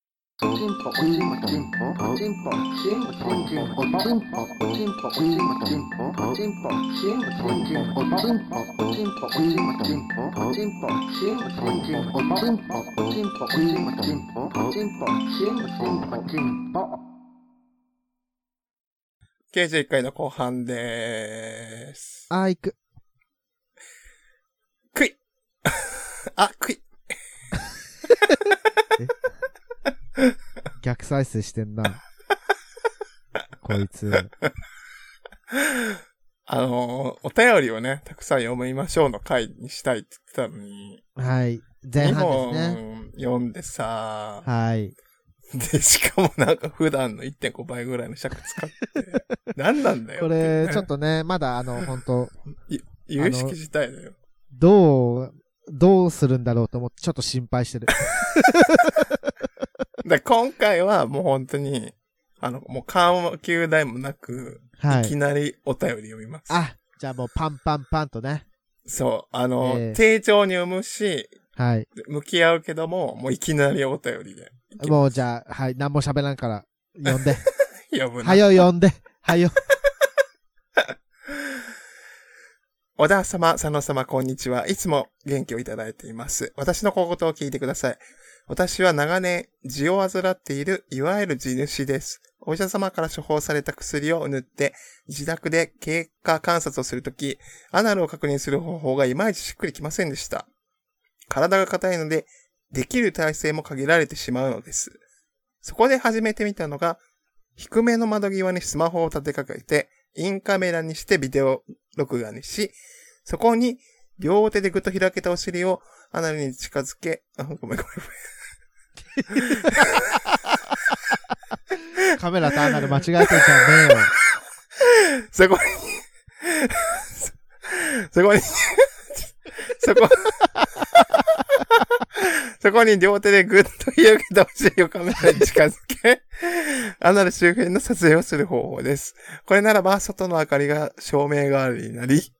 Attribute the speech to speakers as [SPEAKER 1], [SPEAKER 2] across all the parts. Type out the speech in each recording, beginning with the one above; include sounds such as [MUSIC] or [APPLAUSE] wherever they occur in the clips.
[SPEAKER 1] チンポおチンポチンポおチンポチンポチンポおチンポおチンポおチンポチンポおチンポチンポチンポおチンポおチンポおチンポチンポおチンポチンポチンポおチンポおチンポチンポチンポおチンポチンポチンポチンポ
[SPEAKER 2] 91回の後半でーす。
[SPEAKER 3] あー、行く。
[SPEAKER 2] クイあ、クイ
[SPEAKER 3] 逆再生してんな。 [LAUGHS] こいつ。
[SPEAKER 2] あのーお便りをね、たくさん読みましょうの回にしたいって言ってたのに、
[SPEAKER 3] はい。前
[SPEAKER 2] 2
[SPEAKER 3] 半ですね。
[SPEAKER 2] 本読んでさ、
[SPEAKER 3] はい。
[SPEAKER 2] で、しかもなんか普段の1.5倍ぐらいの尺使って、何なんだよ
[SPEAKER 3] こ
[SPEAKER 2] っていうね、
[SPEAKER 3] れ、ちょっとね、まだあの、本当
[SPEAKER 2] 有識事態だよ。
[SPEAKER 3] どう、どうするんだろうと思って、ちょっと心配してる。
[SPEAKER 2] で、今回はもう本当に、あの、もう緩和球代もなく、
[SPEAKER 3] はい
[SPEAKER 2] き
[SPEAKER 3] い。
[SPEAKER 2] なりお便り読みます。
[SPEAKER 3] あ、じゃあもうパンパンパンとね。
[SPEAKER 2] そう。あの、
[SPEAKER 3] ええ
[SPEAKER 2] 丁重に読むし、
[SPEAKER 3] はい。
[SPEAKER 2] 向き合うけども、もういきなりお便りで。
[SPEAKER 3] もうじゃあ、はい。何も喋らんから、呼 [LAUGHS] んで。
[SPEAKER 2] 読む
[SPEAKER 3] は
[SPEAKER 2] な。
[SPEAKER 3] よ、呼んで。はよ。
[SPEAKER 2] 小田様、佐野様、こんにちは。いつも元気をいただいています。私の小言を聞いてください。私は長年、痔を患っている、いわゆる地主です。お医者様から処方された薬を塗って、自宅で経過観察をするとき、アナルを確認する方法がいまいちしっくりきませんでした。体が硬いので、できる体勢も限られてしまうのです。そこで始めてみたのが、低めの窓際にスマホを立てかけて、インカメラにしてビデオ録画にし、そこに両手でぐっと開けたお尻をアナルに近づけ、あ、ごめんごめん。
[SPEAKER 3] カメラとアナル間違えてんじゃねえよ。
[SPEAKER 2] [LAUGHS] そこにそ、そこに、そこ、そこに両手でぐっと開けたお尻をカメラに近づけ、アナル周辺の撮影をする方法です。これならば、外の明かりが照明代わりになり、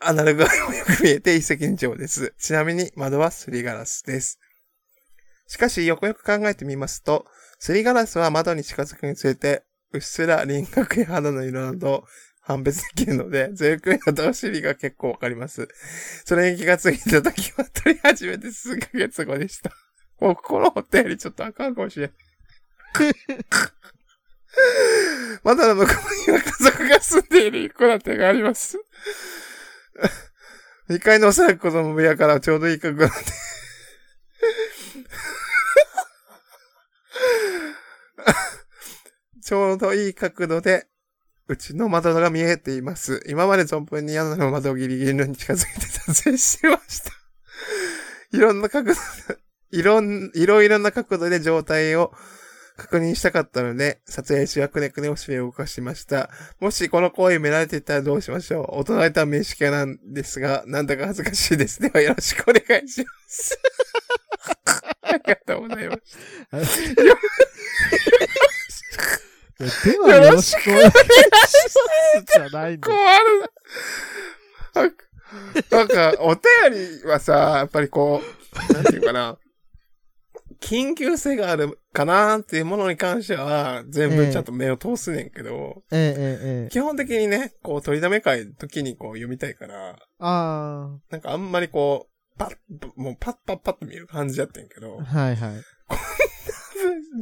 [SPEAKER 2] アナルがよく見えて一石二鳥です。ちなみに窓はすりガラスです。しかし、よくよく考えてみますと、すりガラスは窓に近づくにつれて、うっすら輪郭や肌の色などを判別できるので、 [LAUGHS] ゼルクイのお尻が結構わかります。それに気がついた時は撮り始めて数ヶ月後でした。 [LAUGHS] もう心折ったよりちょっとあかんかもしれん。 [LAUGHS] 窓の向こうには家族が住んでいる一戸建てがあります。2階のおそらく子供部屋からちょうどいい角度でちょうどいい角度で、うちの窓が見えています。今まで存分に屋根の窓をギリギリのに近づいて撮影してました。いろんな角度、いろん、いろいろな角度で状態を確認したかったので、撮影中はくねくねお尻を動かしました。もしこの行為見られていたらどうしましょう大人いた名識なんですが、なんだか恥ずかしいです。ではよろしくお願いします。 [LAUGHS] ありがとうございます。
[SPEAKER 3] いやではよろしくお願いし [LAUGHS] ます。じゃないんだ
[SPEAKER 2] 困る。あなんか、お便りはさ、やっぱりこう、なんていうかな、緊急性があるかなっていうものに関しては、全部ちゃんと目を通すねんけど、
[SPEAKER 3] ええええええ。
[SPEAKER 2] 基本的にね、こう、取りだめ会の時にこう読みたいから、
[SPEAKER 3] あ
[SPEAKER 2] なんかあんまりこう、パッ、もうパッパッパッと見る感じやってんけど [LAUGHS]
[SPEAKER 3] あ。、はいはい。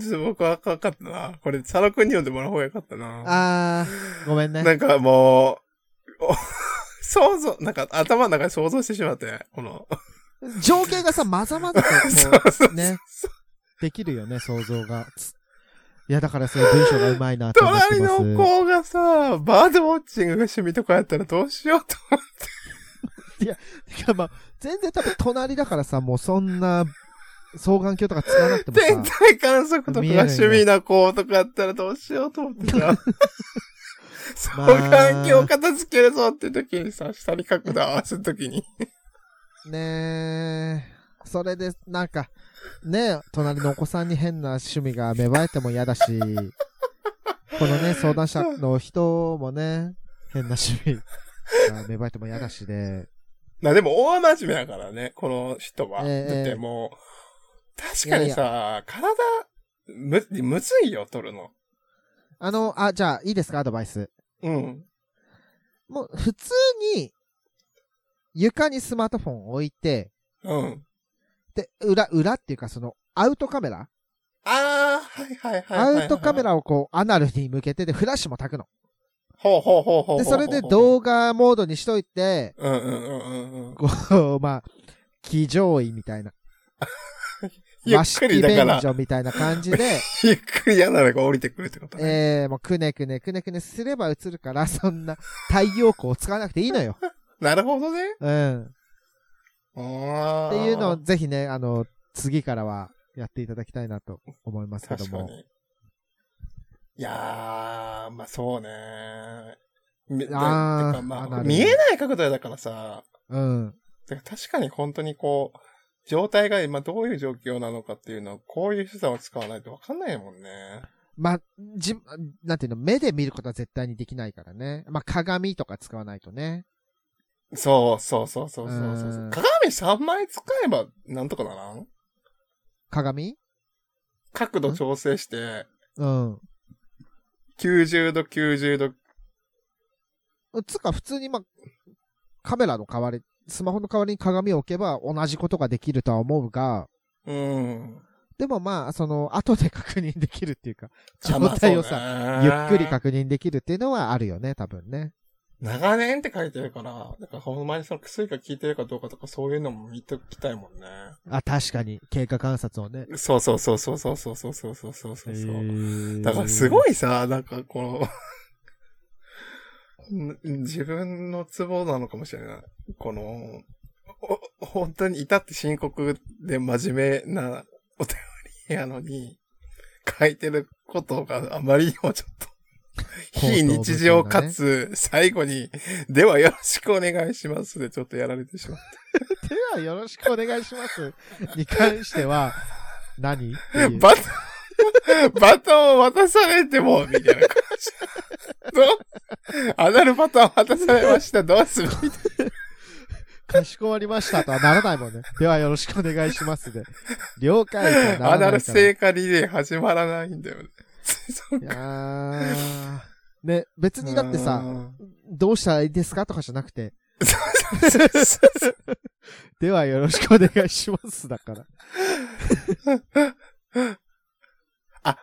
[SPEAKER 2] ちょっと僕はかかったな。これ、佐野くんに読んでもらう方がよかったな。
[SPEAKER 3] ああ、ごめんね。
[SPEAKER 2] なんかもう、お想像、なんか頭の中で想像してしまって、この、
[SPEAKER 3] 情景がさ、まざまざと
[SPEAKER 2] そう
[SPEAKER 3] こ
[SPEAKER 2] そう
[SPEAKER 3] う、ね、できるよね、想像が。ついや、だからそれ文章がうまいなと思って
[SPEAKER 2] 隣
[SPEAKER 3] ます。
[SPEAKER 2] の子がさ、バードウォッチングが趣味とかやったらどうしようと思って。
[SPEAKER 3] いや、まあ、全然多分隣だからさ、もうそんな、双眼鏡とか使わなくても
[SPEAKER 2] 天
[SPEAKER 3] さ、
[SPEAKER 2] 体観測とかが
[SPEAKER 3] 見えないね
[SPEAKER 2] 趣味な子とかやったらどうしようと思って
[SPEAKER 3] [LAUGHS]
[SPEAKER 2] さ。双
[SPEAKER 3] まあ
[SPEAKER 2] 眼鏡を片付けるぞって時にさ、下に角度合わせる時に。
[SPEAKER 3] ねえ、それで、なんか、ねえ、隣のお子さんに変な趣味が芽生えても
[SPEAKER 2] [LAUGHS]
[SPEAKER 3] 嫌だし、このね、相談者の人もね、変な趣味が芽生えても嫌だしで、
[SPEAKER 2] な、でも大真面目だからね、この人は。
[SPEAKER 3] ええ
[SPEAKER 2] だってもう、確かにさ、体、む、むずいよ、取るの。
[SPEAKER 3] あの、あ、じゃあ、いいですか、アドバイス。
[SPEAKER 2] うん。
[SPEAKER 3] もう、普通に、床にスマートフォン置いて、
[SPEAKER 2] うん。
[SPEAKER 3] で、裏、裏っていうか、その、アウトカメラ、
[SPEAKER 2] あー、はいはいはいはい、
[SPEAKER 3] ア
[SPEAKER 2] はい。
[SPEAKER 3] ウトカメ。ラをこう、アナルに向けて、で、フラッシュも焚くの。
[SPEAKER 2] ほうほうほうほうほうほう。
[SPEAKER 3] で、それで動画モードにしといて、
[SPEAKER 2] うんうんうんうんうん。
[SPEAKER 3] こう、まあ、騎乗位みたいな。
[SPEAKER 2] [LAUGHS] ゆっくりだか
[SPEAKER 3] 和
[SPEAKER 2] ら
[SPEAKER 3] 式、便所みたいな感じ
[SPEAKER 2] [LAUGHS]
[SPEAKER 3] で、
[SPEAKER 2] ゆっくり嫌なのが降りてくるってことね。
[SPEAKER 3] えー、もうくねくねくねくねすれば映るから、そんな太陽光を使わなくていいのよ。
[SPEAKER 2] なるほどね。
[SPEAKER 3] うん。
[SPEAKER 2] っ
[SPEAKER 3] っていうのを、ぜひね、あの、次からはやっていただきたいなと思いますけど
[SPEAKER 2] 確か
[SPEAKER 3] も。
[SPEAKER 2] に。いやー、まあそうね。みだ
[SPEAKER 3] あー
[SPEAKER 2] てかま
[SPEAKER 3] あな
[SPEAKER 2] あ、
[SPEAKER 3] る
[SPEAKER 2] 見えない角度だからさ、
[SPEAKER 3] うん。
[SPEAKER 2] てか確かに本当にこう、状態が今どういう状況なのかっていうのは、こういう手段を使わないと分かんないもんね。
[SPEAKER 3] まあ、じ、なんていうの、目で見ることは絶対にできないからね。まあ、鏡とか使わないとね。
[SPEAKER 2] そうそうそうそうそうそう
[SPEAKER 3] うん
[SPEAKER 2] 鏡3枚使えばなんとかならん
[SPEAKER 3] 鏡
[SPEAKER 2] 角度調整して、
[SPEAKER 3] うん。
[SPEAKER 2] 90度、90度、
[SPEAKER 3] つうか、普通にまあ、カメラの代わり、スマホの代わりに鏡を置けば同じことができるとは思うが、
[SPEAKER 2] うん。
[SPEAKER 3] でもまあ、その、後で確認できるっていうか、
[SPEAKER 2] [LAUGHS] あま
[SPEAKER 3] 状
[SPEAKER 2] あ
[SPEAKER 3] 態をさ、
[SPEAKER 2] そう
[SPEAKER 3] ゆ
[SPEAKER 2] ね
[SPEAKER 3] っくり確認できるっていうのはあるよね、多分ね。
[SPEAKER 2] 長年って書いてるから、なんかほんまにその薬が効いてるかどうかとかそういうのも見ときたいもんね。
[SPEAKER 3] あ、確かに、経過観察をね。
[SPEAKER 2] そうそうそうそうそうそうそうそうそうそうそう。だからす
[SPEAKER 3] い
[SPEAKER 2] ごいさ、なんかこの [LAUGHS] ん、自分のツボなのかもしれない。この、お本当に至って深刻で真面目なお便りやのに、書いてることがあまりにもちょっと、非日常かつ、最後に、ではよろしくお願いしますでちょっとやられてしまった。
[SPEAKER 3] ではよろしくお願いします。 [LAUGHS] に関しては何、っていう
[SPEAKER 2] バトン、バト [LAUGHS] ンを渡されても、みたいな感じ。どうアナルバトン渡されました、どうするみたい
[SPEAKER 3] かしこまりましたとはならないもんね。ではよろしくお願いしますで。了解とはならない
[SPEAKER 2] な。ア
[SPEAKER 3] から
[SPEAKER 2] ナル聖火リレー始まらないんだよね。そっ
[SPEAKER 3] い
[SPEAKER 2] か
[SPEAKER 3] やーね、別にだってさ、、どうしたらいいですかとかじゃなくて、ではよろしくお願いしますだから。
[SPEAKER 2] あ、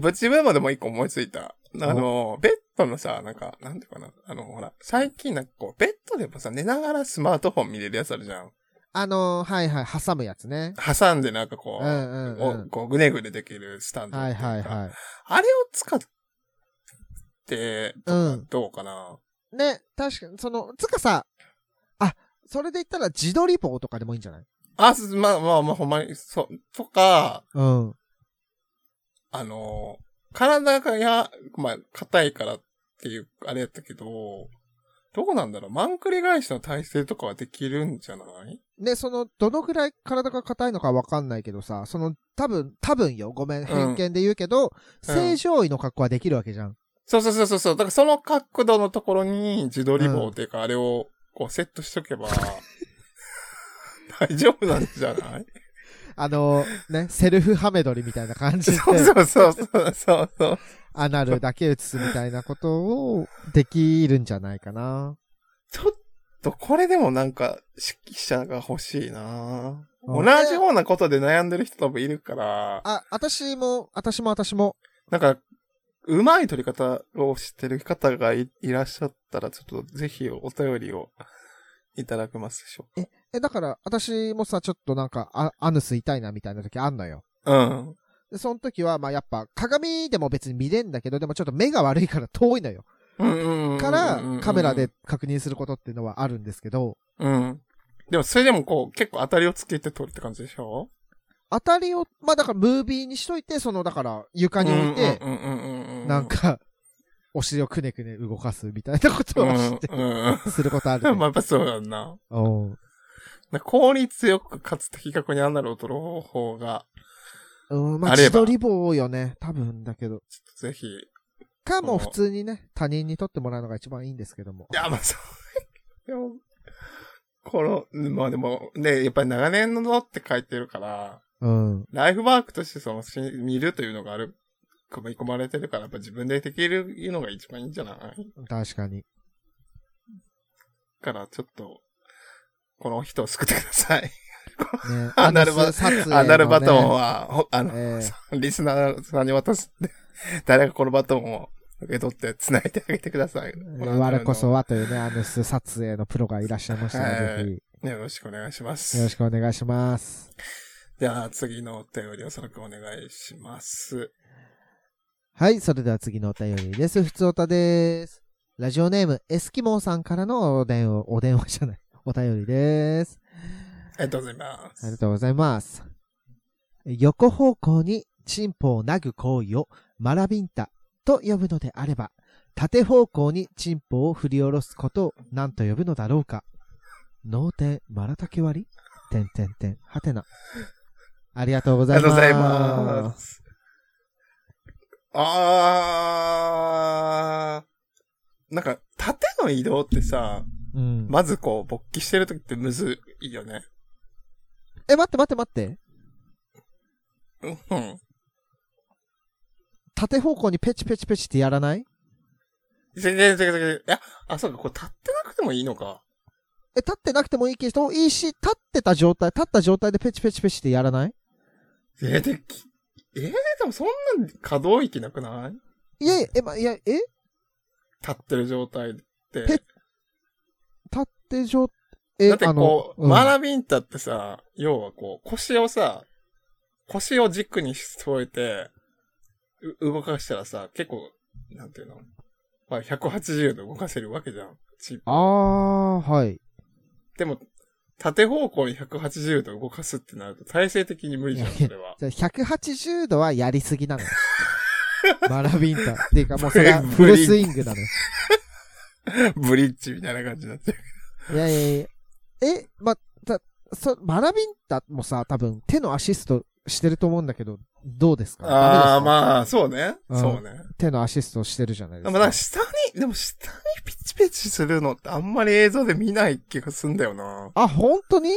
[SPEAKER 2] ぶち分までもう一個思いついた。あの、ベッドのさ、なんか、なんていうかな。あの、ほら、最近なんかこう、ベッドでもさ、寝ながらスマートフォン見れるやつあるじゃん。
[SPEAKER 3] あのーはいはい、挟むやつね。
[SPEAKER 2] 挟んでなんかこう、
[SPEAKER 3] うんうん
[SPEAKER 2] お
[SPEAKER 3] う
[SPEAKER 2] こうぐねぐねできるスタン
[SPEAKER 3] ん。
[SPEAKER 2] ドって
[SPEAKER 3] は
[SPEAKER 2] う
[SPEAKER 3] い
[SPEAKER 2] か。
[SPEAKER 3] はいは
[SPEAKER 2] あれを使って、
[SPEAKER 3] い。うん。
[SPEAKER 2] どうかな。
[SPEAKER 3] ね、確かに、その、つかさ、あ、それで言ったら自撮り棒とかでもいいんじゃない
[SPEAKER 2] あ、すまあまあまあ、ほんまに、そう、とか、
[SPEAKER 3] うん。
[SPEAKER 2] あの、体がや、まあ、硬いからっていう、あれやったけど、どうなんだろうマンクリ返しの体勢とかはできるんじゃない
[SPEAKER 3] ね、その、どのぐらい体が硬いのかわかんないけどさ、その、多分、多分よ、ごめん、偏見で言うけど、正常位の格好はできるわけじゃん。
[SPEAKER 2] そうそうそうそうそう。だからその角度のところに自撮り棒っていうか、あれをこうセットしと [LAUGHS] けば、大丈夫なんじゃない [LAUGHS]
[SPEAKER 3] あの、ね、セルフハメ撮りみたいな感じ
[SPEAKER 2] [LAUGHS]
[SPEAKER 3] で、
[SPEAKER 2] そうそうそうそうそうそう。
[SPEAKER 3] アナルだけ映すみたいなことを、できるんじゃないかな。
[SPEAKER 2] ちょっとこれでもなんか指揮者が欲しいな
[SPEAKER 3] う
[SPEAKER 2] [LAUGHS] 同
[SPEAKER 3] ん
[SPEAKER 2] じようなことで悩んでる人多分いるから、
[SPEAKER 3] あ、私も、私も私も、
[SPEAKER 2] なんか、うまい撮り方を知ってる方がいいらっしゃったら、ちょっとぜひお便りをいただけますでしょう
[SPEAKER 3] え、だから、私もさ、ちょっとなんか、あアヌス痛いなみたいな時あんのよ。
[SPEAKER 2] か。うん。
[SPEAKER 3] で、その時は、まあやっぱ、鏡でも別に見れんだけど、でもちょっと目が悪いから遠いのよ。
[SPEAKER 2] うんうんうんうんうん
[SPEAKER 3] から、カメラで確認することっていうのはあるんですけど、
[SPEAKER 2] うん。でも、それでもこう、結構当たりをつけて撮るって感じでしょ
[SPEAKER 3] 当たりを、まあだからムービーにしといて、その、だから床に置いて、
[SPEAKER 2] うんうんうんうんうん。
[SPEAKER 3] な
[SPEAKER 2] [LAUGHS]
[SPEAKER 3] んか、お尻をくねくね動かすみたいなこと
[SPEAKER 2] うん、
[SPEAKER 3] を
[SPEAKER 2] う
[SPEAKER 3] して、
[SPEAKER 2] ん
[SPEAKER 3] することあ
[SPEAKER 2] う [LAUGHS]
[SPEAKER 3] る、
[SPEAKER 2] ん。まあ、
[SPEAKER 3] ね。
[SPEAKER 2] やっぱそうやんな。
[SPEAKER 3] うん
[SPEAKER 2] なんか効率よくかつ的確にアナルを撮る方法が、
[SPEAKER 3] うん、まあ
[SPEAKER 2] あれば
[SPEAKER 3] 自撮り棒よね、多分だけど。
[SPEAKER 2] ちょっとぜひ。い
[SPEAKER 3] かもう
[SPEAKER 2] そう
[SPEAKER 3] 普通にね、他人に撮ってもらうのが一番いいんですけども。
[SPEAKER 2] や、まあ、そう。で [LAUGHS] も、この、まあでも、ね、やっぱり長年のって書いてるから、
[SPEAKER 3] うん。
[SPEAKER 2] ライフワークとしてその、し見るというのがある、組み込まれてるから、やっぱ自分でできるのが一番いいんじゃない
[SPEAKER 3] 確
[SPEAKER 2] [LAUGHS]
[SPEAKER 3] かに。
[SPEAKER 2] から、ちょっと、この人を救ってください。。
[SPEAKER 3] ね
[SPEAKER 2] アナルバ
[SPEAKER 3] あの撮影のね
[SPEAKER 2] アナルバトンは、ほあの、
[SPEAKER 3] え
[SPEAKER 2] [LAUGHS] リスナーさんに渡すんで、誰がこのバトンを受け取って繋いであげてください。
[SPEAKER 3] え
[SPEAKER 2] の
[SPEAKER 3] 我こそはというね、あの、撮影のプロがいらっしゃいましたの
[SPEAKER 2] は
[SPEAKER 3] で、
[SPEAKER 2] い
[SPEAKER 3] ぜ
[SPEAKER 2] よろしくお願いしま
[SPEAKER 3] ひ、よろし
[SPEAKER 2] す。
[SPEAKER 3] くお願いします。
[SPEAKER 2] じゃあ、次のお便りを佐野くんお願いします。
[SPEAKER 3] はい、それでは次のお便りです。ふつおたです。ラジオネーム、エスキモーさんからのお電話、お電話じゃない、お便りです。
[SPEAKER 2] ありがとうございま
[SPEAKER 3] ありが
[SPEAKER 2] す。
[SPEAKER 3] とうございます。横方向にチンポをなぐ行為をマラビンタと呼ぶのであれば、縦方向にチンポを振り下ろすことを何と呼ぶのだろうか。脳天マラタケ割りてんてんてん、はてな。ありがとうご
[SPEAKER 2] あ
[SPEAKER 3] ざ
[SPEAKER 2] り
[SPEAKER 3] い
[SPEAKER 2] がと
[SPEAKER 3] ま
[SPEAKER 2] う
[SPEAKER 3] す。
[SPEAKER 2] ございます。あー、なんか、縦の移動ってさ、
[SPEAKER 3] うん。
[SPEAKER 2] まずこう、勃起してる時ってむずいよね。
[SPEAKER 3] え、待って待って待って。
[SPEAKER 2] うん。
[SPEAKER 3] 縦方向にペチペチペチってやらない
[SPEAKER 2] 違う違う違う違う。いや、あ、そうか、これ立ってなくてもいいのか。
[SPEAKER 3] え、立ってなくてもいいけど、いいし、立ってた状態、立った状態でペチペチペチってやらない
[SPEAKER 2] え、でき、えー、でもそんな可動域なくない
[SPEAKER 3] いやいや、え、ま、いや、え
[SPEAKER 2] 立ってる状態って。
[SPEAKER 3] ペ立って状、え、
[SPEAKER 2] だってこう、
[SPEAKER 3] あのうん
[SPEAKER 2] マラビンタってさ、要はこう、腰をさ、腰を軸に添えて、う動かしたらさ、結構、なんていうのまあ、180度動かせるわけじゃん。チープ
[SPEAKER 3] あー、はい。
[SPEAKER 2] でも、縦方向に180度動かすってなると、体勢的に無理じゃん、それは。 [LAUGHS]
[SPEAKER 3] じゃあ180度はやりすぎなの。マラビンタ。っていうかもうそれは
[SPEAKER 2] ブリ
[SPEAKER 3] フルスイングなの。い
[SPEAKER 2] ブリッジみたいな感じになってる。
[SPEAKER 3] やいやいや。え、ま、た、そ、マラビンタもさ、多分手のアシストしてると思うんだけど、どうですか
[SPEAKER 2] ああ、
[SPEAKER 3] [LAUGHS] あ。
[SPEAKER 2] まあ、そうね。
[SPEAKER 3] うん
[SPEAKER 2] そうね。
[SPEAKER 3] 手のアシストしてるじゃないで
[SPEAKER 2] ですもなんか
[SPEAKER 3] か。
[SPEAKER 2] 下に、でも下にピチピチするのってあんまり映像で見ない気がすんだよな。
[SPEAKER 3] あ、本当に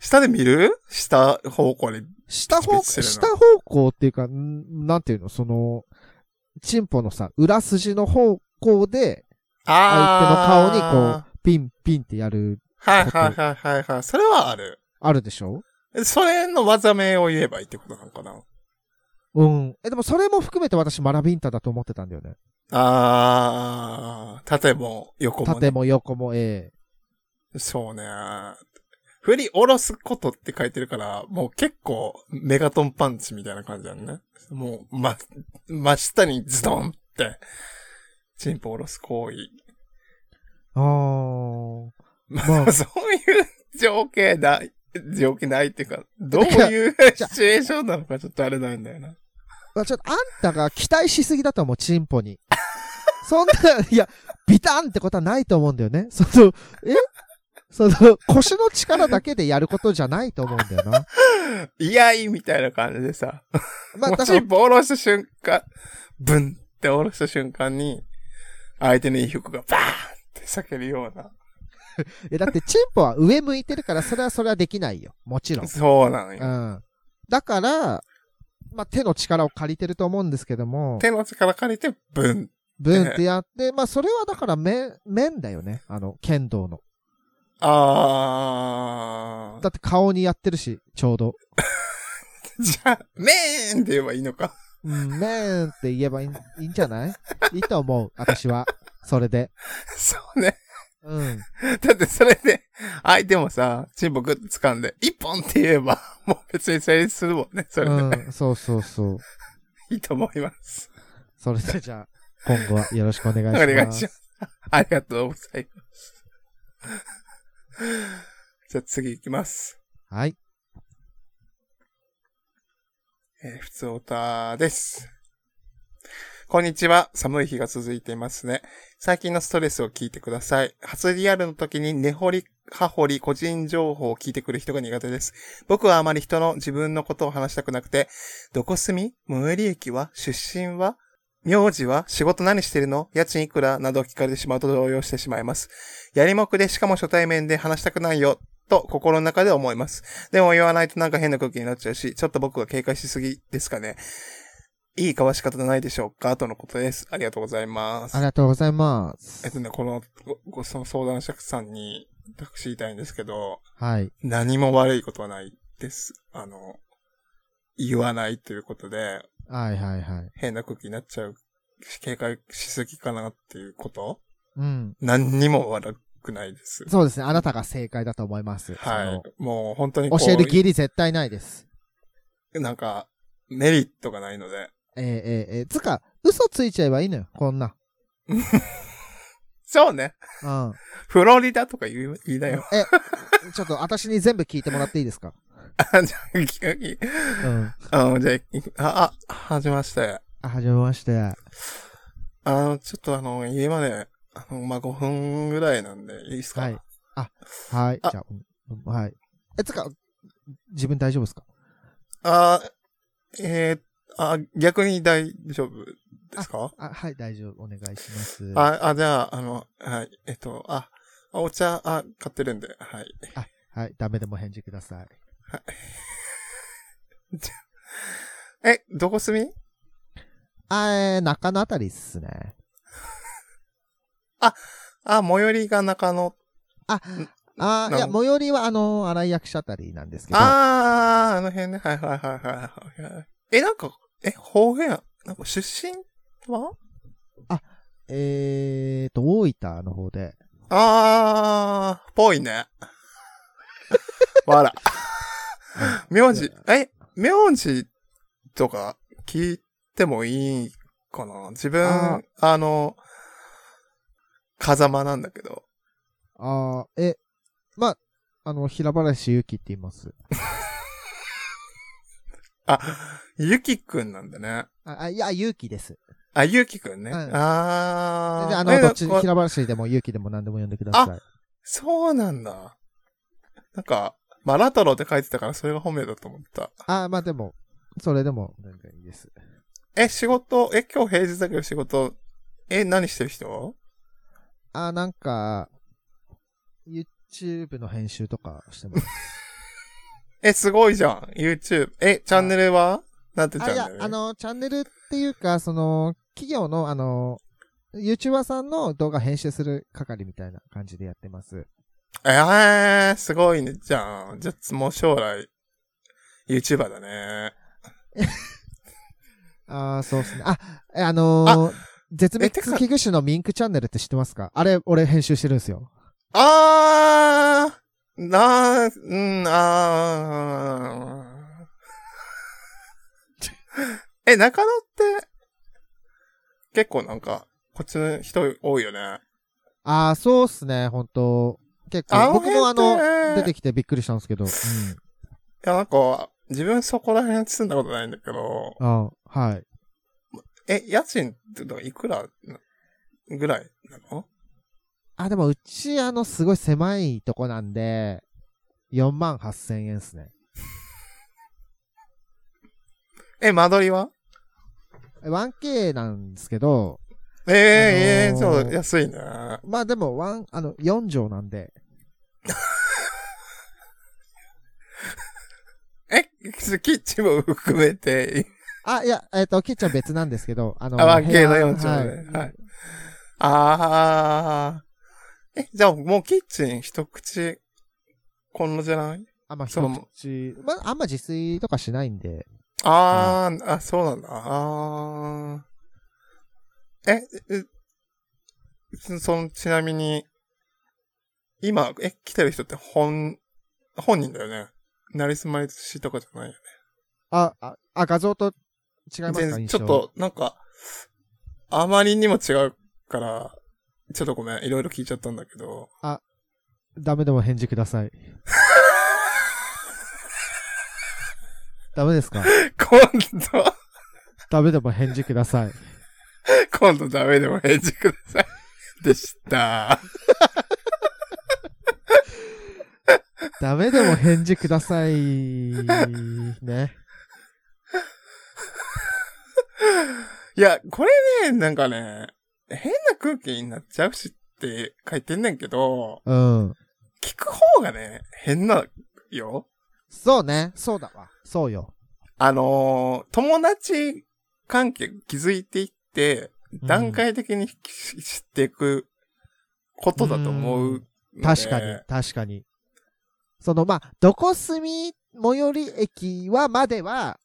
[SPEAKER 2] 下で見る下方向に
[SPEAKER 3] 下方向、
[SPEAKER 2] ピチピチす
[SPEAKER 3] 下
[SPEAKER 2] る
[SPEAKER 3] 方向っていうか、んなんていうのその、チンポのさ、裏筋の方向で、相手の顔にこう、ピンピンってやる、
[SPEAKER 2] はいはいはいはいはい。それはある。
[SPEAKER 3] あるでしょ
[SPEAKER 2] それの技名を言えばいいってことなのかな
[SPEAKER 3] うん。え、でもそれも含めて私、マラビンタだと思ってたんだよね。
[SPEAKER 2] あー、縦も横も、ね。
[SPEAKER 3] 縦も横も、え
[SPEAKER 2] そうね。振り下ろすことって書いてるから、もう結構メガトンパンチみたいな感じだね。もう、ま、真下にズドンって、チンポ下ろす行為。 [LAUGHS]
[SPEAKER 3] えあー。
[SPEAKER 2] ま
[SPEAKER 3] [LAUGHS] ま
[SPEAKER 2] あ、
[SPEAKER 3] あ
[SPEAKER 2] そういう情景ない、情景ないっていうか、どういうシチュエーションなのかちょっとあれなんだよな。
[SPEAKER 3] まあちょっと、あんたが期待しすぎだと思う、チンポに。 [LAUGHS] そんな、いや、ビタンってことはないと思うんだよね。その、えその、腰の力だけでやることじゃないと思うんだよな。
[SPEAKER 2] いやいみたいな感じでさ。 [LAUGHS]
[SPEAKER 3] まあ、
[SPEAKER 2] も
[SPEAKER 3] だ
[SPEAKER 2] し
[SPEAKER 3] から、
[SPEAKER 2] ボールをした瞬間、ブンって下ろした瞬間に、相手の衣服がバーンって裂けるような。
[SPEAKER 3] えだって、チンポは上向いてるから、それはそれはできないよ。もちろん。
[SPEAKER 2] そうなの
[SPEAKER 3] う
[SPEAKER 2] よ。
[SPEAKER 3] ん。だから、まあ、手の力を借りてると思うんですけども。
[SPEAKER 2] 手の力借りて、ブン。
[SPEAKER 3] ブンってやって、まあそれはだから面、面だよね。あの、剣道の。
[SPEAKER 2] あー。
[SPEAKER 3] だって顔にやってるし、ちょうど。
[SPEAKER 2] じゃあ、メーンって言えばいいのか。 [LAUGHS]
[SPEAKER 3] うん、面って言えばいいいいんじゃないいいと思う、私は。それで。
[SPEAKER 2] そうね。
[SPEAKER 3] うん。
[SPEAKER 2] だってそれで、相手もさ、チンポグッと掴んで、一本って言えば、もう別に成立するもんね。それで、
[SPEAKER 3] うん、そうそうそう。
[SPEAKER 2] いいと思います。
[SPEAKER 3] それでじゃあ、今後はよろしくお願
[SPEAKER 2] お
[SPEAKER 3] いします。
[SPEAKER 2] 願いします。ありがとうございます。 [LAUGHS] じゃあ次行きます。
[SPEAKER 3] はい。
[SPEAKER 2] えー、ふつおたです。こんにちは。寒い日が続いていますね。最近のストレスを聞いてください。初リアルの時に根掘り、葉掘り、個人情報を聞いてくる人が苦手です。僕はあまり人の自分のことを話したくなくて、どこ住み最寄り駅は出身は名字は仕事何してるの家賃いくらなどを聞かれてしまうと動揺してしまいます。やりもくでしかも初対面で話したくないよと心の中で思います。でも言わないとなんか変な空気になっちゃうし、ちょっと僕が警戒しすぎですかね。いい交わし方ないでしょうかとのことです。ありがとうございます
[SPEAKER 3] あり。がとうございま
[SPEAKER 2] えっ
[SPEAKER 3] す
[SPEAKER 2] と。ね、この、ご、ごその相談者さんに、私言いたいんですけど、
[SPEAKER 3] はい。
[SPEAKER 2] 何も悪いことはないです。あの、言わないということで、
[SPEAKER 3] はいはいはい。
[SPEAKER 2] 変な空気になっちゃうし、警戒しすぎかなっていうこと
[SPEAKER 3] うん。
[SPEAKER 2] 何にも悪くないです。
[SPEAKER 3] そうですね。あなたが正解だと思います。
[SPEAKER 2] は
[SPEAKER 3] そ
[SPEAKER 2] い。もう本当にこう
[SPEAKER 3] の教える義理絶対ないです。
[SPEAKER 2] なんか、メリットがないので、
[SPEAKER 3] えー、えー、えー、つか、嘘ついちゃえばいいのよ。こんな。
[SPEAKER 2] そうね。
[SPEAKER 3] うん。
[SPEAKER 2] フロリダとか言い言いな
[SPEAKER 3] [LAUGHS]
[SPEAKER 2] よ。
[SPEAKER 3] え、ちょっと私に全部聞いてもらっていいですか
[SPEAKER 2] あじゃあ、聞く聞く
[SPEAKER 3] うん。
[SPEAKER 2] あじゃあ、あ、あ、はじめまして。
[SPEAKER 3] あ、はじめまして。
[SPEAKER 2] あの、ちょっとあの、家まで、あの、まあ、5分ぐらいなんで、いいですか
[SPEAKER 3] はい。あ、はい。
[SPEAKER 2] あ
[SPEAKER 3] じゃあ、うんうんはい。え、つか、自分大丈夫ですか
[SPEAKER 2] あ、えー、あ、逆に大丈夫ですか
[SPEAKER 3] あ、はい、大丈夫。お願いします。
[SPEAKER 2] ああじゃあ、あの、はい、えっと、あ、あお茶、あ、買ってるんで、はい。
[SPEAKER 3] あ、はい。ダメでも返事ください。
[SPEAKER 2] え、どこ住み
[SPEAKER 3] あえー、中野あたりっすね。
[SPEAKER 2] あ、最寄りが中野。
[SPEAKER 3] あーいや、
[SPEAKER 2] な
[SPEAKER 3] 最寄りは、あのー、荒井役者あたりなんですけど。
[SPEAKER 2] あー、あの辺ね。はいはいはいはいはい。え、なんか、え、方言、なんか出身は
[SPEAKER 3] えーと、大分の方で。
[SPEAKER 2] あー、ぽいね。わら。名字、え、名字とか聞いてもいいかな自分、
[SPEAKER 3] あ
[SPEAKER 2] あの、風間なんだけど。
[SPEAKER 3] あー、え、ま、あの、平林ゆきって言います。
[SPEAKER 2] あ、ゆきくんなんだね。
[SPEAKER 3] あ、あいや、ゆきです。
[SPEAKER 2] あ、ゆきくんね。
[SPEAKER 3] はい
[SPEAKER 2] あ
[SPEAKER 3] で
[SPEAKER 2] ー。
[SPEAKER 3] あの、
[SPEAKER 2] え
[SPEAKER 3] どっち、
[SPEAKER 2] こ
[SPEAKER 3] 平林でもゆきでも何でも呼んでください。
[SPEAKER 2] そうなんだ。なんか、マラトロって書いてたからそれが本名だと思った。
[SPEAKER 3] あー、まあ、でも、それでも、全然いいです。
[SPEAKER 2] え、仕事、え、今日平日だけど仕事、え、何してる人
[SPEAKER 3] あー、なんか、YouTube の編集とかして [LAUGHS] ます。
[SPEAKER 2] え、すごいじゃん。YouTube。え、チャンネルはなんてチ
[SPEAKER 3] あ、い
[SPEAKER 2] ャ
[SPEAKER 3] や
[SPEAKER 2] ンネ、ル
[SPEAKER 3] あの、チャンネルっていうか、その、企業の、あの、YouTuber さんの動画編集する係みたいな感じでやってます。
[SPEAKER 2] えー、すごいね、じゃん。じゃあ、もう将来、YouTuber だね。
[SPEAKER 3] ああ、そうですね。あ、えあのー絶
[SPEAKER 2] えてか
[SPEAKER 3] 滅危惧種のミンクチャンネルって知ってますかあれ、俺編集してるんですよ。
[SPEAKER 2] あー、なー、うん、あー。 [LAUGHS] え、中野って、結構なんか、こっちの人多いよね。
[SPEAKER 3] ああ、そうっすね、本当結
[SPEAKER 2] あ
[SPEAKER 3] 構。僕もあ
[SPEAKER 2] 本当ね
[SPEAKER 3] の、出てきてびっくりしたんですけど。う
[SPEAKER 2] いや、なんか、自分そこら辺住んだことないんだけど、
[SPEAKER 3] ん。あーはい。
[SPEAKER 2] え、家賃ってどいくらなぐらいなの
[SPEAKER 3] あ、でもうち、あの、すごい狭いとこなんで、4万8千円っすね。
[SPEAKER 2] え、間取りは
[SPEAKER 3] 1K なんですけど、
[SPEAKER 2] えー、
[SPEAKER 3] あの
[SPEAKER 2] えー、
[SPEAKER 3] ー
[SPEAKER 2] そう、安いね。
[SPEAKER 3] まあでも、ワン、あの、4畳なんで。
[SPEAKER 2] え、キッチンも含めて、
[SPEAKER 3] あ、いや、えっ、と、キッチンは別なんですけど、あの、
[SPEAKER 2] あ、1K
[SPEAKER 3] 部屋
[SPEAKER 2] の4畳で。はい。あー。え、じゃあもうキッチン一口、こんなじゃない
[SPEAKER 3] あ、まあ、
[SPEAKER 2] そ
[SPEAKER 3] 一
[SPEAKER 2] の
[SPEAKER 3] 口、まあ、あんま自炊とかしないんで。
[SPEAKER 2] あー、あ、そうなんだ。あー。え、え、その、ちなみに、今、え、来てる人って本、本人だよね。なりすまりしとかじゃないよね。
[SPEAKER 3] あ、あ、あ画像と違います
[SPEAKER 2] 全
[SPEAKER 3] か
[SPEAKER 2] 然、
[SPEAKER 3] 印
[SPEAKER 2] ち
[SPEAKER 3] 象
[SPEAKER 2] ょっ。と、なんか、あまりにも違うから、ちょっとごめん、いろいろ聞いちゃったんだけど。
[SPEAKER 3] ダメでも返事ください。ダメですか
[SPEAKER 2] 今度、
[SPEAKER 3] ダメでも返事ください。
[SPEAKER 2] 今度ダメでも返事ください。でした。
[SPEAKER 3] ダメでも返事ください。ね。
[SPEAKER 2] いや、これね、なんかね、変な空気になっちゃうしって書いてんねんけど、
[SPEAKER 3] うん。
[SPEAKER 2] 聞く方がね、変なよ。
[SPEAKER 3] そうね。そうだわ。そうよ。
[SPEAKER 2] あのー友達関係気づいていって、段階的にし知っていくことだと思うので
[SPEAKER 3] 確かに、確かに。その、まあ、どこ住み最寄り駅はまでは、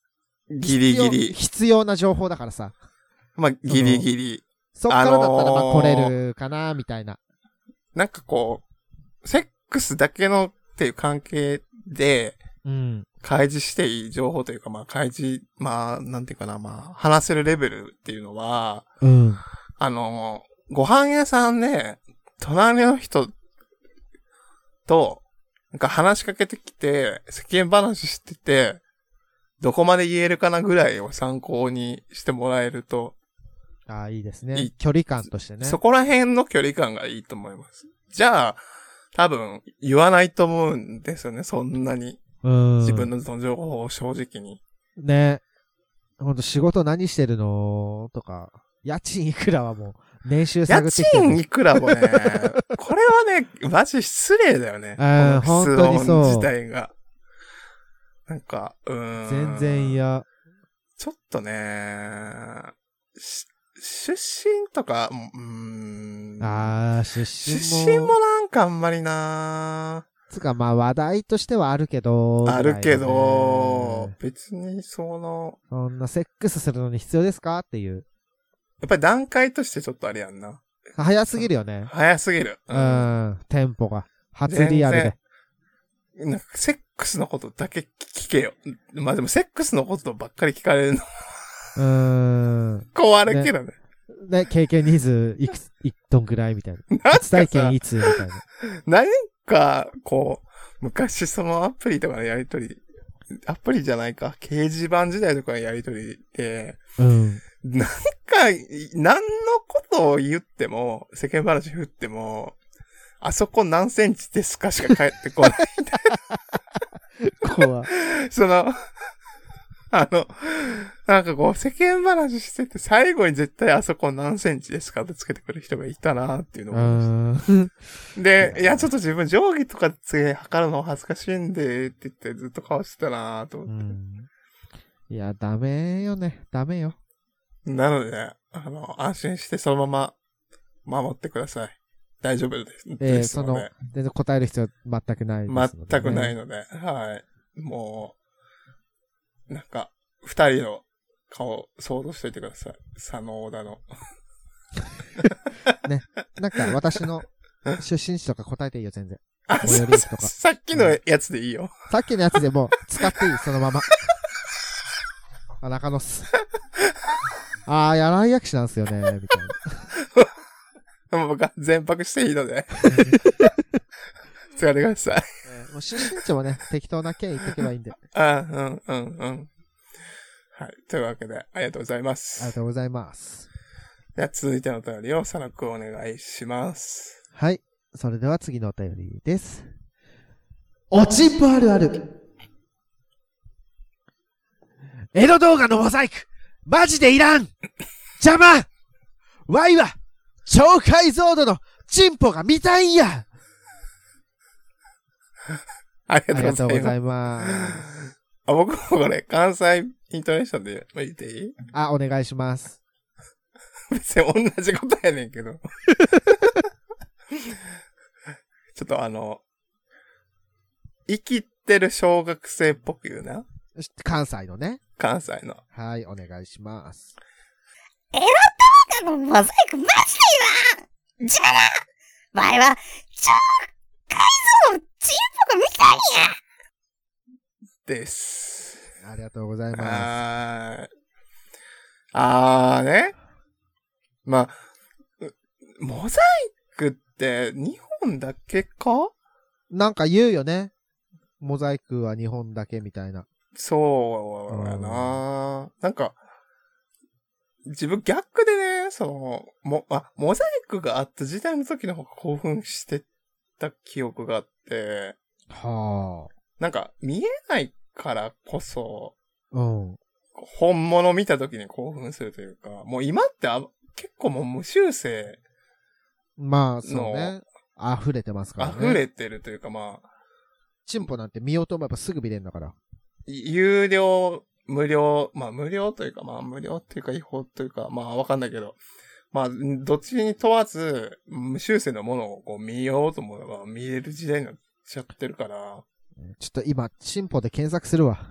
[SPEAKER 2] ギリギ
[SPEAKER 3] 必要
[SPEAKER 2] リ。
[SPEAKER 3] 必要な情報だからさ。
[SPEAKER 2] まあ、ギリギリ。
[SPEAKER 3] そっからだったら、まあ、
[SPEAKER 2] あの
[SPEAKER 3] 来
[SPEAKER 2] ー
[SPEAKER 3] れるかな、みたいな。
[SPEAKER 2] なんかこう、セックスだけのっていう関係で、
[SPEAKER 3] うん。
[SPEAKER 2] 開示していい情報というか、まあ、開示、まあ、なんていうかな、まあ、話せるレベルっていうのは、
[SPEAKER 3] うん。
[SPEAKER 2] あの、ご飯屋さんね、隣の人と、なんか話しかけてきて、世間話してて、どこまで言えるかなぐらいを参考にしてもらえると、
[SPEAKER 3] ああ、いいです
[SPEAKER 2] い
[SPEAKER 3] ね
[SPEAKER 2] い。
[SPEAKER 3] 距離感としてね。
[SPEAKER 2] そこら辺の距離感がいいと思います。じゃあ、多分、言わないと思うんですよね、そんなに。
[SPEAKER 3] うん。
[SPEAKER 2] 自分のその情報を正直に。
[SPEAKER 3] ね。ほんと仕事何してるのとか、家賃いくらはもう、年収
[SPEAKER 2] 家
[SPEAKER 3] 探ってきて
[SPEAKER 2] 賃
[SPEAKER 3] る。
[SPEAKER 2] いくら
[SPEAKER 3] [LAUGHS]
[SPEAKER 2] もね、これはね、マジ失礼だよね。
[SPEAKER 3] うん
[SPEAKER 2] この
[SPEAKER 3] 本当にそう
[SPEAKER 2] 質問自体が。なんか、うーん。
[SPEAKER 3] 全然。嫌。
[SPEAKER 2] ちょっとね、し出身とか、うーん。
[SPEAKER 3] ああ、出
[SPEAKER 2] 出
[SPEAKER 3] 身も。
[SPEAKER 2] 身もなんかあんまりな
[SPEAKER 3] つうか、まあ話題としてはあるけど。
[SPEAKER 2] あるけど
[SPEAKER 3] ね、
[SPEAKER 2] 別にその、
[SPEAKER 3] そんなセックスするのに必要ですかっていう。
[SPEAKER 2] やっぱり段階としてちょっとあれやんな。
[SPEAKER 3] 早すぎるよね。
[SPEAKER 2] 早すぎる。
[SPEAKER 3] う。ん、テンポが。初リアルで。
[SPEAKER 2] なんかセックスのことだけ聞けよ。まあでもセックスのことばっかり聞かれるの
[SPEAKER 3] うーん。
[SPEAKER 2] 怖いけどね。
[SPEAKER 3] ね、経験人数いくつ、いどんぐらいみたいな。
[SPEAKER 2] なんか
[SPEAKER 3] 初体験
[SPEAKER 2] さ、
[SPEAKER 3] いつみたいな。
[SPEAKER 2] なんか、こう、昔そのアプリとかのやりとり、アプリじゃないか、掲示板時代とかのやりとりで、
[SPEAKER 3] うん。
[SPEAKER 2] なんか、い何のことを言っても、世間話振っても、あそこ何センチですかしか返ってこない。
[SPEAKER 3] 怖い。
[SPEAKER 2] その、あの、なんかこう、世間話してて、最後に絶対あそこ何センチですかってつけてくる人がいたなっていうの
[SPEAKER 3] う
[SPEAKER 2] を思いまし
[SPEAKER 3] ーん。
[SPEAKER 2] た。で、いや、ちょっと自分定規とかつけ測るの恥ずかしいんで、って言ってずっと顔してたなと思
[SPEAKER 3] う
[SPEAKER 2] って。
[SPEAKER 3] んいや、ダメよね。ダメよ。
[SPEAKER 2] なので、あの、安心してそのまま守ってください。大丈夫です。
[SPEAKER 3] えー
[SPEAKER 2] です
[SPEAKER 3] そ
[SPEAKER 2] の
[SPEAKER 3] の
[SPEAKER 2] で、
[SPEAKER 3] 全然答える必要全くないですのでね、
[SPEAKER 2] 全くないので、はい。もう、なんか、二人の顔、想像しといてください。佐野小田の。
[SPEAKER 3] なんか、
[SPEAKER 2] [LAUGHS]
[SPEAKER 3] 私の出身地とか答えていいよ、全然。
[SPEAKER 2] あ、
[SPEAKER 3] 最寄
[SPEAKER 2] さ
[SPEAKER 3] り駅と
[SPEAKER 2] さ
[SPEAKER 3] か
[SPEAKER 2] さっきのやつでいいよ。
[SPEAKER 3] さっきのやつでもう使っていい、そのまま。あ、中野っす。あー、柳井役師なんすよね、みたいな。
[SPEAKER 2] もう僕は全泊していいの
[SPEAKER 3] [LAUGHS]
[SPEAKER 2] で。 [LAUGHS] 使ってください。
[SPEAKER 3] えーもう出身地もね、適当な県行ってけばいいんで。あ
[SPEAKER 2] あうん、うん、うん。はい。というわけで、ありがとうございま
[SPEAKER 3] りが
[SPEAKER 2] す。
[SPEAKER 3] とうございます。
[SPEAKER 2] じゃあ続いてのお便りを佐野くんお願いします。
[SPEAKER 3] はい。それでは次のお便りです。おちんぽあるある。エロ動画のモザイクマジでいらん邪魔ワイは超解像度のチンポが見たいんや
[SPEAKER 2] あり
[SPEAKER 3] あ
[SPEAKER 2] がとうご
[SPEAKER 3] りがと
[SPEAKER 2] ざ
[SPEAKER 3] うご
[SPEAKER 2] いま
[SPEAKER 3] ざ
[SPEAKER 2] す。
[SPEAKER 3] います。
[SPEAKER 2] あ僕もこれ、関西イントネーションで言っていい
[SPEAKER 3] あ、お願いします。
[SPEAKER 2] 別に同じことやねんけど。ちょっとあの、生きてる小学生っぽく言うな。
[SPEAKER 3] 関西のね。
[SPEAKER 2] 関西の。
[SPEAKER 3] はい、お願いします。
[SPEAKER 4] あのモザイクマジでいらんじゃあな前は超解像度チンポが見たいんや
[SPEAKER 2] です。
[SPEAKER 3] ありがとうございま
[SPEAKER 2] はーい。あーね。まあ、うモザイクって日本だけか
[SPEAKER 3] す。なんか言うよね。モザイクは日本だけみたいな。
[SPEAKER 2] そうやな、なんか、自分逆でね、その、も、あ、モザイクがあった時代の時の方が興奮してた記憶があって、
[SPEAKER 3] は
[SPEAKER 2] なんか見えないからこそ、
[SPEAKER 3] あ。うん。
[SPEAKER 2] 本物見た時に興奮するというか、もう今ってあ結構もう無修正
[SPEAKER 3] まあ、そうね。溢れてますからね。
[SPEAKER 2] 溢れてるというか、まあ、
[SPEAKER 3] チンポなんて見ようと思えばすぐ見れるんだから。
[SPEAKER 2] 有料、無料、まあ無料というか、まあ無料っていうか違法というか、まあわかんないけど、まあどっちに問わず、無修正のものをこう見ようと思えば見れる時代になっちゃってるから、
[SPEAKER 3] ちょっと今、チンポで検索するわ。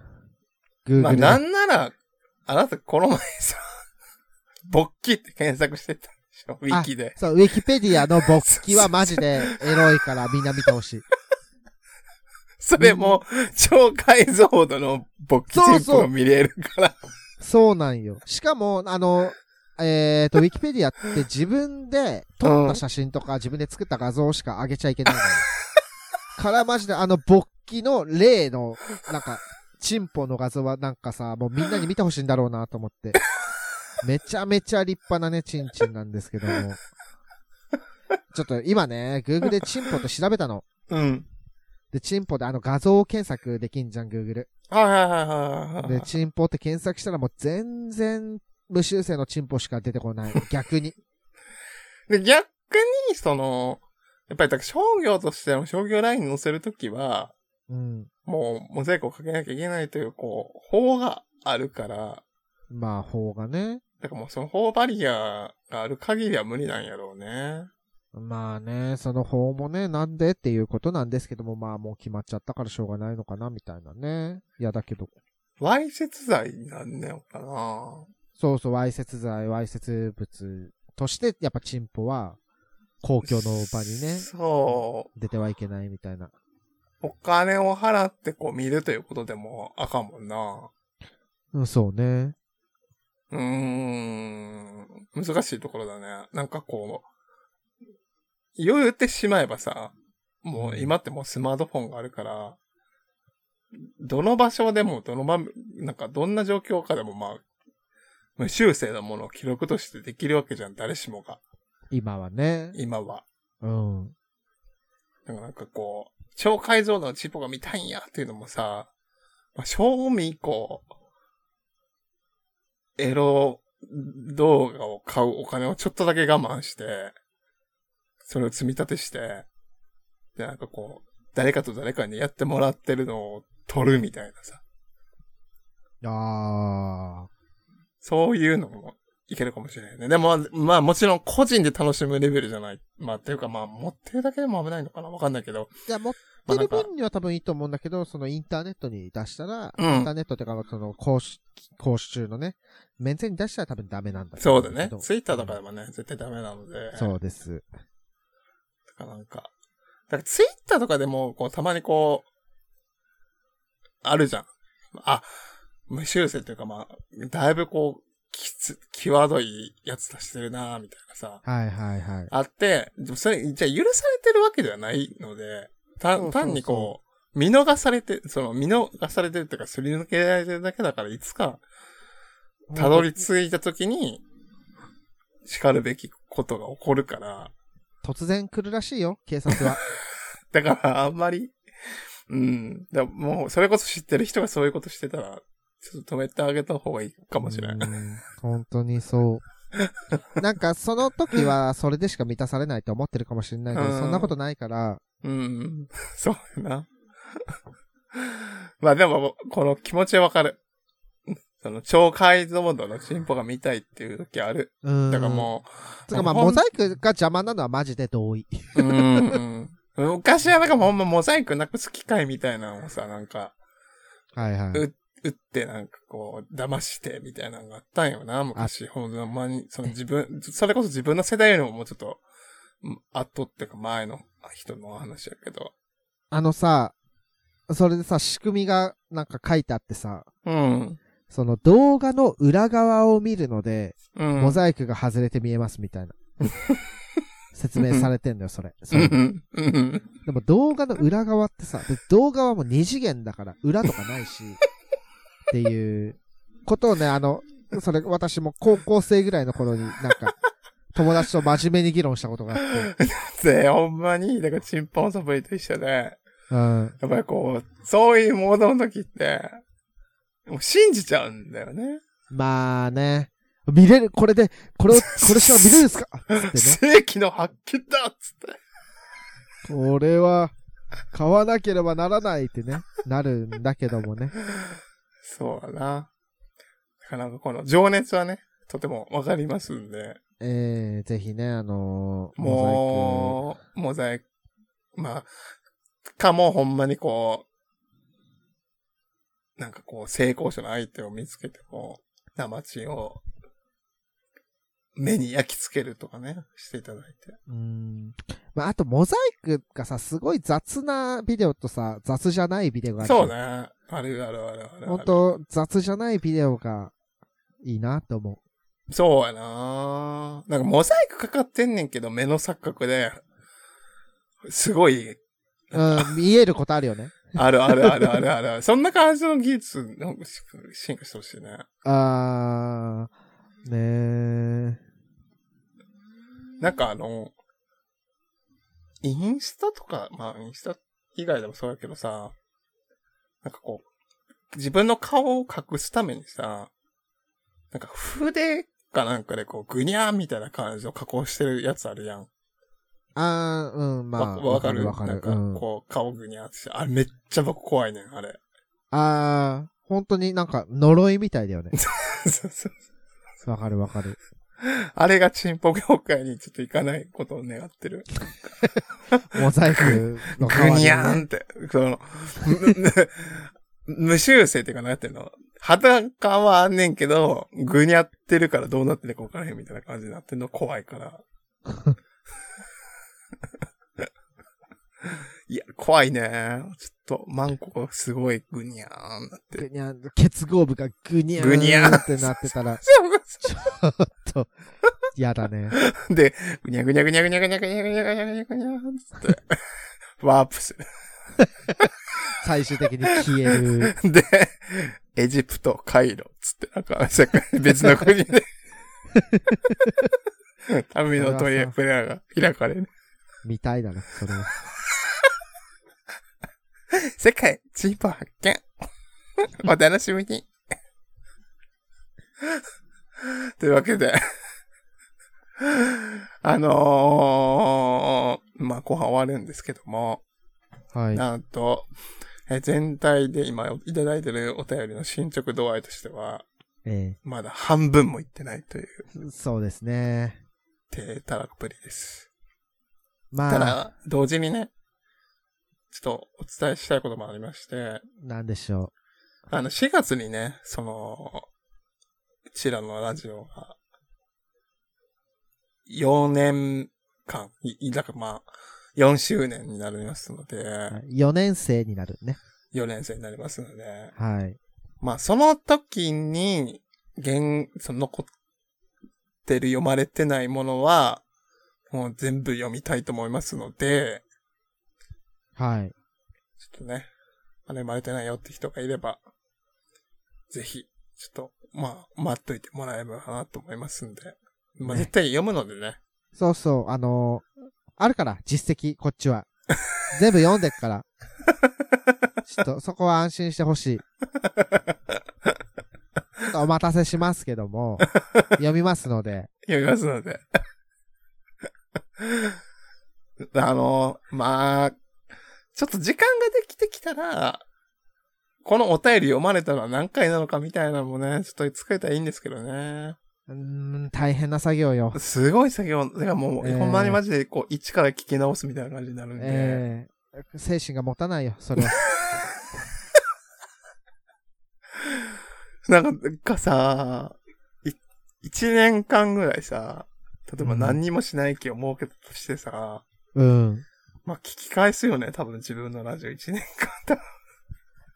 [SPEAKER 3] Google で。
[SPEAKER 2] まあなんなら、あなたこの前さ、 [LAUGHS] 勃起って検索してたでしょ、ウィキで。
[SPEAKER 3] そう、ウィキペディアの勃起はマジで [LAUGHS] エロいからみんな見てほしい。
[SPEAKER 2] それも、超解像度の勃起チ
[SPEAKER 3] そう
[SPEAKER 2] ェン
[SPEAKER 3] そう
[SPEAKER 2] プを見れるから。
[SPEAKER 3] そうなんよ。しかも、あの、えっ、と、ウィキペディアって自分で撮った写真とか自分で作った画像しか上げちゃいけないのよ。からマジであの勃起の例の、なんか、チンポの画像はなんかさ、もうみんなに見てほしいんだろうなと思って。めちゃめちゃ立派なね、チンチンなんですけども。ちょっと今ね、Google でチンポって調べたの。
[SPEAKER 2] うん。
[SPEAKER 3] で、チンポであの画像検索できんじゃん、Google。
[SPEAKER 2] はいはいはいはいはい
[SPEAKER 3] で、チンポって検索したらもう全然無修正のチンポしか出てこない。逆に。
[SPEAKER 2] で、逆に、その、やっぱりだから商業としての商業ラインに乗せるときは、
[SPEAKER 3] うん。
[SPEAKER 2] もうモザイクをかけなきゃいけないという、こう、法があるから、
[SPEAKER 3] まあ、法がね。
[SPEAKER 2] だからもうその法バリアがある限りは無理なんやろうね。
[SPEAKER 3] まあね、その法もね、なんでっていうことなんですけども、まあもう決まっちゃったからしょうがないのかな、みたいなね。嫌だけど。
[SPEAKER 2] わいせつ罪になんねんかな。
[SPEAKER 3] そうそう、わいせつ罪、わいせつ物として、やっぱチンポは、公共の場にね、
[SPEAKER 2] そう。
[SPEAKER 3] 出てはいけないみたいな。
[SPEAKER 2] お金を払ってこう見るということでもあかんもんな。
[SPEAKER 3] うん、そうね。
[SPEAKER 2] うーん。難しいところだね。なんかこう、言ってしまえばさ、もう今ってもうスマートフォンがあるから、どの場所でも、どの場、なんかどんな状況下でもまあ、無修正なものを記録としてできるわけじゃん、誰しもが。
[SPEAKER 3] 今はね。
[SPEAKER 2] 今は。
[SPEAKER 3] うん。
[SPEAKER 2] だからなんかこう、超解像度のチンポが見たいんやっていうのもさ、まあ、正味こう、エロ動画を買うお金をちょっとだけ我慢して、それを積み立てして、で、なんかこう、誰かと誰かにやってもらってるのを撮るみたいなさ、
[SPEAKER 3] あー。
[SPEAKER 2] そういうのもいけるかもしれないね。でも、まあもちろん個人で楽しむレベルじゃない。まあっていうかまあ持ってるだけでも危ないのかなわかんないけど。
[SPEAKER 3] いや、もう
[SPEAKER 2] ま
[SPEAKER 3] 持
[SPEAKER 2] あ
[SPEAKER 3] って
[SPEAKER 2] なん
[SPEAKER 3] る
[SPEAKER 2] か、
[SPEAKER 3] 分には多分いいと思うんだけど、そのインターネットに出したら、
[SPEAKER 2] うん
[SPEAKER 3] インターネットってか、その講習、講習中のね、メンツに出したら多分ダメなんだと
[SPEAKER 2] そ
[SPEAKER 3] 思
[SPEAKER 2] うだ
[SPEAKER 3] ん
[SPEAKER 2] ね
[SPEAKER 3] け。ど
[SPEAKER 2] ツイッターとかでもね、絶対ダメなので。
[SPEAKER 3] そうです。
[SPEAKER 2] だからなんか。だからツイッターとかでも、こう、たまにこう、あるじゃん。あ、無修正というかまあ、だいぶこう、きつ、際どいやつ出してるなみたいなさ。
[SPEAKER 3] はいはいはい。
[SPEAKER 2] あって、でもそれ、じゃあ許されてるわけではないので、
[SPEAKER 3] そうそ
[SPEAKER 2] 単
[SPEAKER 3] うそう
[SPEAKER 2] 単にこう、見逃されて、その、見逃されてるというか、すり抜けられてるだけだから、いつか、たどり着いた時に、叱るべきことが起こるから、
[SPEAKER 3] 突然来るらしいよ、警察は。
[SPEAKER 2] だから、あんまり、うん。だもう、それこそ知ってる人がそういうことしてたら、ちょっと止めてあげた方がいい [LAUGHS] かもしれない。
[SPEAKER 3] うん本当にそう。なんか、その時は、それでしか満たされないと思ってるかもしれないけど、
[SPEAKER 2] うん
[SPEAKER 3] そんなことないから、
[SPEAKER 2] うん。 [LAUGHS] そうやな。まあでも、この気持ちはわかる。その、超解像度の進歩が見たいっていう時ある。
[SPEAKER 3] うん。
[SPEAKER 2] だからも
[SPEAKER 3] う。つうかまあ、
[SPEAKER 2] ほん
[SPEAKER 3] モザイクが邪魔なのはマジで同意。
[SPEAKER 2] う、うん、うん。昔はなんかほんまモザイクなくす機械みたいなのをさ、なんか、
[SPEAKER 3] はいは
[SPEAKER 2] う
[SPEAKER 3] い。
[SPEAKER 2] 打ってなんかこう、騙してみたいなのがあったんよな、昔。ほんまに、その自分、それこそ自分の世代よりももうちょっと、うん後っていうか前の人の話やけど。
[SPEAKER 3] あのさ、それでさ、仕組みがなんか書いてあってさ、
[SPEAKER 2] うん。
[SPEAKER 3] その動画の裏側を見るので、
[SPEAKER 2] うん。
[SPEAKER 3] モザイクが外れて見えますみたい
[SPEAKER 2] [LAUGHS]
[SPEAKER 3] な。説明されてんのよ、それ。そ
[SPEAKER 2] うんう
[SPEAKER 3] れ
[SPEAKER 2] んうん
[SPEAKER 3] でも動画の裏側ってさ、で動画はもう二次元だから、裏とかないし、っていうことをね、あの、それ私も高校生ぐらいの頃になんか、友達と真面目に議論したことがあって、
[SPEAKER 2] で、ほんまに、だからチンポンサブリと一緒で、
[SPEAKER 3] うん。
[SPEAKER 2] やっぱりこう、そういうモードの時って、もう信じちゃうんだよね。
[SPEAKER 3] まあね、見れる、これで、これを、これしか見れるんですかつってね。
[SPEAKER 2] 世紀の発見だっつって。
[SPEAKER 3] これは、買わなければならないってね、なるんだけどもね。
[SPEAKER 2] そうだな。なかなかこの情熱はね、とてもわかりますんで、
[SPEAKER 3] えー、ぜひね、あのー、モ
[SPEAKER 2] もう、モザイク、まあ、かもほんまにこう、なんかこう、成功者の相手を見つけて、こう、生地を、目に焼き付けるとかね、していただいて。
[SPEAKER 3] ザイク。うん。まあ、あと、モザイクがさ、すごい雑なビデオとさ、雑じゃないビデオがある。
[SPEAKER 2] そうね。。あるあるあるあるある。
[SPEAKER 3] ほんと、雑じゃないビデオがいいなと思
[SPEAKER 2] そうやななんかモザイクかかってんねんけど、目の錯覚で、すごい、
[SPEAKER 3] う。
[SPEAKER 2] [LAUGHS]
[SPEAKER 3] うん、見えることあるよね。
[SPEAKER 2] あるあるあるあるある。そんな感じの技術の進化してほしいね。
[SPEAKER 3] あー、ねー。
[SPEAKER 2] なんかあの、インスタとか、まあインスタ以外でもそうやけどさ、なんかこう、自分の顔を隠すためにさ、なんか筆かなんかでこう、ぐにゃーみたいな感じの加工してるやつあるやん。
[SPEAKER 3] あー、うん、ま
[SPEAKER 2] わ、
[SPEAKER 3] あ、
[SPEAKER 2] わかる
[SPEAKER 3] わか
[SPEAKER 2] なん
[SPEAKER 3] る。
[SPEAKER 2] か、
[SPEAKER 3] うん、
[SPEAKER 2] こう、顔ぐにゃってして、あれめっちゃ僕怖いねん、あれ。 [LAUGHS]
[SPEAKER 3] あー、本当になんか呪いみたい
[SPEAKER 2] [LAUGHS]
[SPEAKER 3] だよね。
[SPEAKER 2] そうそう
[SPEAKER 3] わかるわかる。
[SPEAKER 2] あれがチンポ業界にちょっと行かないことを願ってる。
[SPEAKER 3] モザイク
[SPEAKER 2] ぐ
[SPEAKER 3] の代わりに
[SPEAKER 2] に
[SPEAKER 3] ね
[SPEAKER 2] ゃーんって、その、 [LAUGHS] 無修正っていうかなんていうの裸はあんねんけど、ぐにゃってるからどうなってるかわからへんみたいな感じになってんの怖いから。 [LAUGHS] いや、怖いね。ちょっと、マンコがすごいぐにゃーんなってる。
[SPEAKER 3] ぐにゃん、結合部がぐにゃ
[SPEAKER 2] ぐにゃ
[SPEAKER 3] ー
[SPEAKER 2] ん
[SPEAKER 3] んってなってたら、やだね。
[SPEAKER 2] で、ぐにゃぐにゃぐにゃぐにゃぐにゃぐにゃぐにゃぐにゃぐにゃぐにゃぐにゃつって、ワープす
[SPEAKER 3] 最終的に消える。
[SPEAKER 2] る。で、エジプト、カイロ、つって、なんか、世界別の国で、民のトイレプレアが開かれる。
[SPEAKER 3] みたいだな、それは。
[SPEAKER 2] 世界、チープ発見。お楽しみに。というわけで、あのー、まあ、後半終わるんですけども、
[SPEAKER 3] [LAUGHS] はい。
[SPEAKER 2] なんと、えー全体で今いただいてるお便りの進捗度合いとしては、
[SPEAKER 3] え
[SPEAKER 2] まだ半分もいってないという、
[SPEAKER 3] えそうですね。
[SPEAKER 2] 低たらくぶりです。た
[SPEAKER 3] まあ、
[SPEAKER 2] だ、同時にね、ちょっとお伝えしたいこともありまして、
[SPEAKER 3] なんでしょ
[SPEAKER 2] あの、4月にね、その、うちらのラジオが、4年間、い、だからまあ、4周年になりますので
[SPEAKER 3] う。、4年生になるね。
[SPEAKER 2] 4年生になりますので、
[SPEAKER 3] はい。
[SPEAKER 2] まあ、その時に、現、その残ってる読まれてないものは、もう全部読みたいと思いますので、
[SPEAKER 3] はい。
[SPEAKER 2] ちょっとね、あれ読まれてないよって人がいれば、ぜひ、ちょっと、まあ、待っといてもらえればなと思いますんで。まあ、
[SPEAKER 3] ね
[SPEAKER 2] 絶対読むのでね。
[SPEAKER 3] そうそう、あのーあるから、実績、こっち [LAUGHS] は。全部読んでっ [LAUGHS] から。ちょっと、そこは安心してほしい。ちょっとお待たせしますけど [LAUGHS] も、読みますので。
[SPEAKER 2] 読みますので。 [LAUGHS] あの、まあ、ちょっと時間ができてきたら、このお便り読まれたのは何回なのかみたいなのもね、ちょっと作れたらいいんですけどね。
[SPEAKER 3] うーん、大変な作業よ。
[SPEAKER 2] すごい作業、だからもう、
[SPEAKER 3] えー
[SPEAKER 2] ほんまにマジでこう、一から聞き直すみたいな感じになるんで、
[SPEAKER 3] ええ精神が持たないよ、それは。
[SPEAKER 2] [LAUGHS] なんか、なんかさ、い一年間ぐらいさ、例えば何にもしない気を設けたとしてさ、
[SPEAKER 3] [LAUGHS] うん。
[SPEAKER 2] まあ聞き返すよね、多分自分のラジオ一年間多分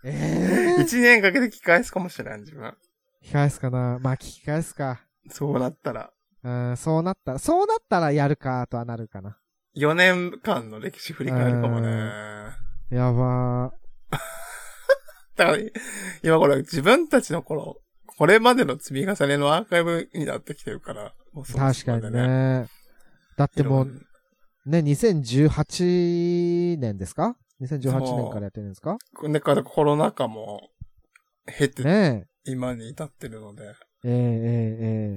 [SPEAKER 3] ええ
[SPEAKER 2] 一年かけて聞き返すかもしれない、自分。
[SPEAKER 3] 聞き返すかなまあ、聞き返すか。
[SPEAKER 2] そうなったら。
[SPEAKER 3] うん、そうなったら、そうなったらやるか、とはなるかな。
[SPEAKER 2] 4年間の歴史振り返るかもね
[SPEAKER 3] う。やばー。
[SPEAKER 2] だから、今これ自分たちの頃、これまでの積み重ねのアーカイブになってきてるから、もうそろ
[SPEAKER 3] 確
[SPEAKER 2] そ
[SPEAKER 3] か
[SPEAKER 2] ろ
[SPEAKER 3] に
[SPEAKER 2] で。
[SPEAKER 3] ね。だって
[SPEAKER 2] で
[SPEAKER 3] も
[SPEAKER 2] も、
[SPEAKER 3] う、ね、2018年ですか ?2018
[SPEAKER 2] そう
[SPEAKER 3] 年からやってるんですか
[SPEAKER 2] だからコロナ禍も減って
[SPEAKER 3] ね
[SPEAKER 2] 今に至ってるので、
[SPEAKER 3] え。ええええええ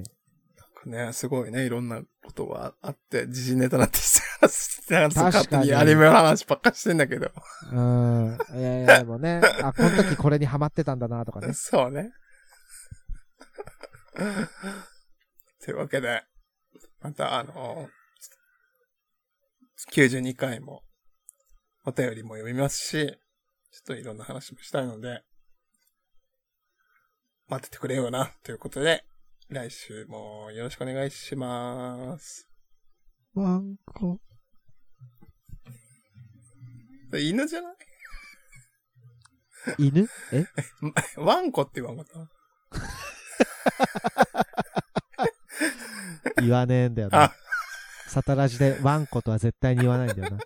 [SPEAKER 2] なんかね、すごいね、いろんなことはあって、時事ネタになってきてなんか勝
[SPEAKER 3] 確
[SPEAKER 2] 手
[SPEAKER 3] か
[SPEAKER 2] に
[SPEAKER 3] に
[SPEAKER 2] アニメの話ばっかしてんだけど。
[SPEAKER 3] うん。いやいや、でもね、あ、この時これにハマってたんだなとかね。
[SPEAKER 2] [LAUGHS] そうね。というわけで、またあの、92回もお便りも読みますし、ちょっといろんな話もしたいので、待っててくれよな、ということで、来週もよろしくお願いします。
[SPEAKER 3] ワンコ。
[SPEAKER 2] 犬じゃない
[SPEAKER 3] 犬え
[SPEAKER 2] ワンコって言わんかった
[SPEAKER 3] 言わねえんだよ
[SPEAKER 2] あ
[SPEAKER 3] な。サタラジでワンコとは絶対に言わないんだよな。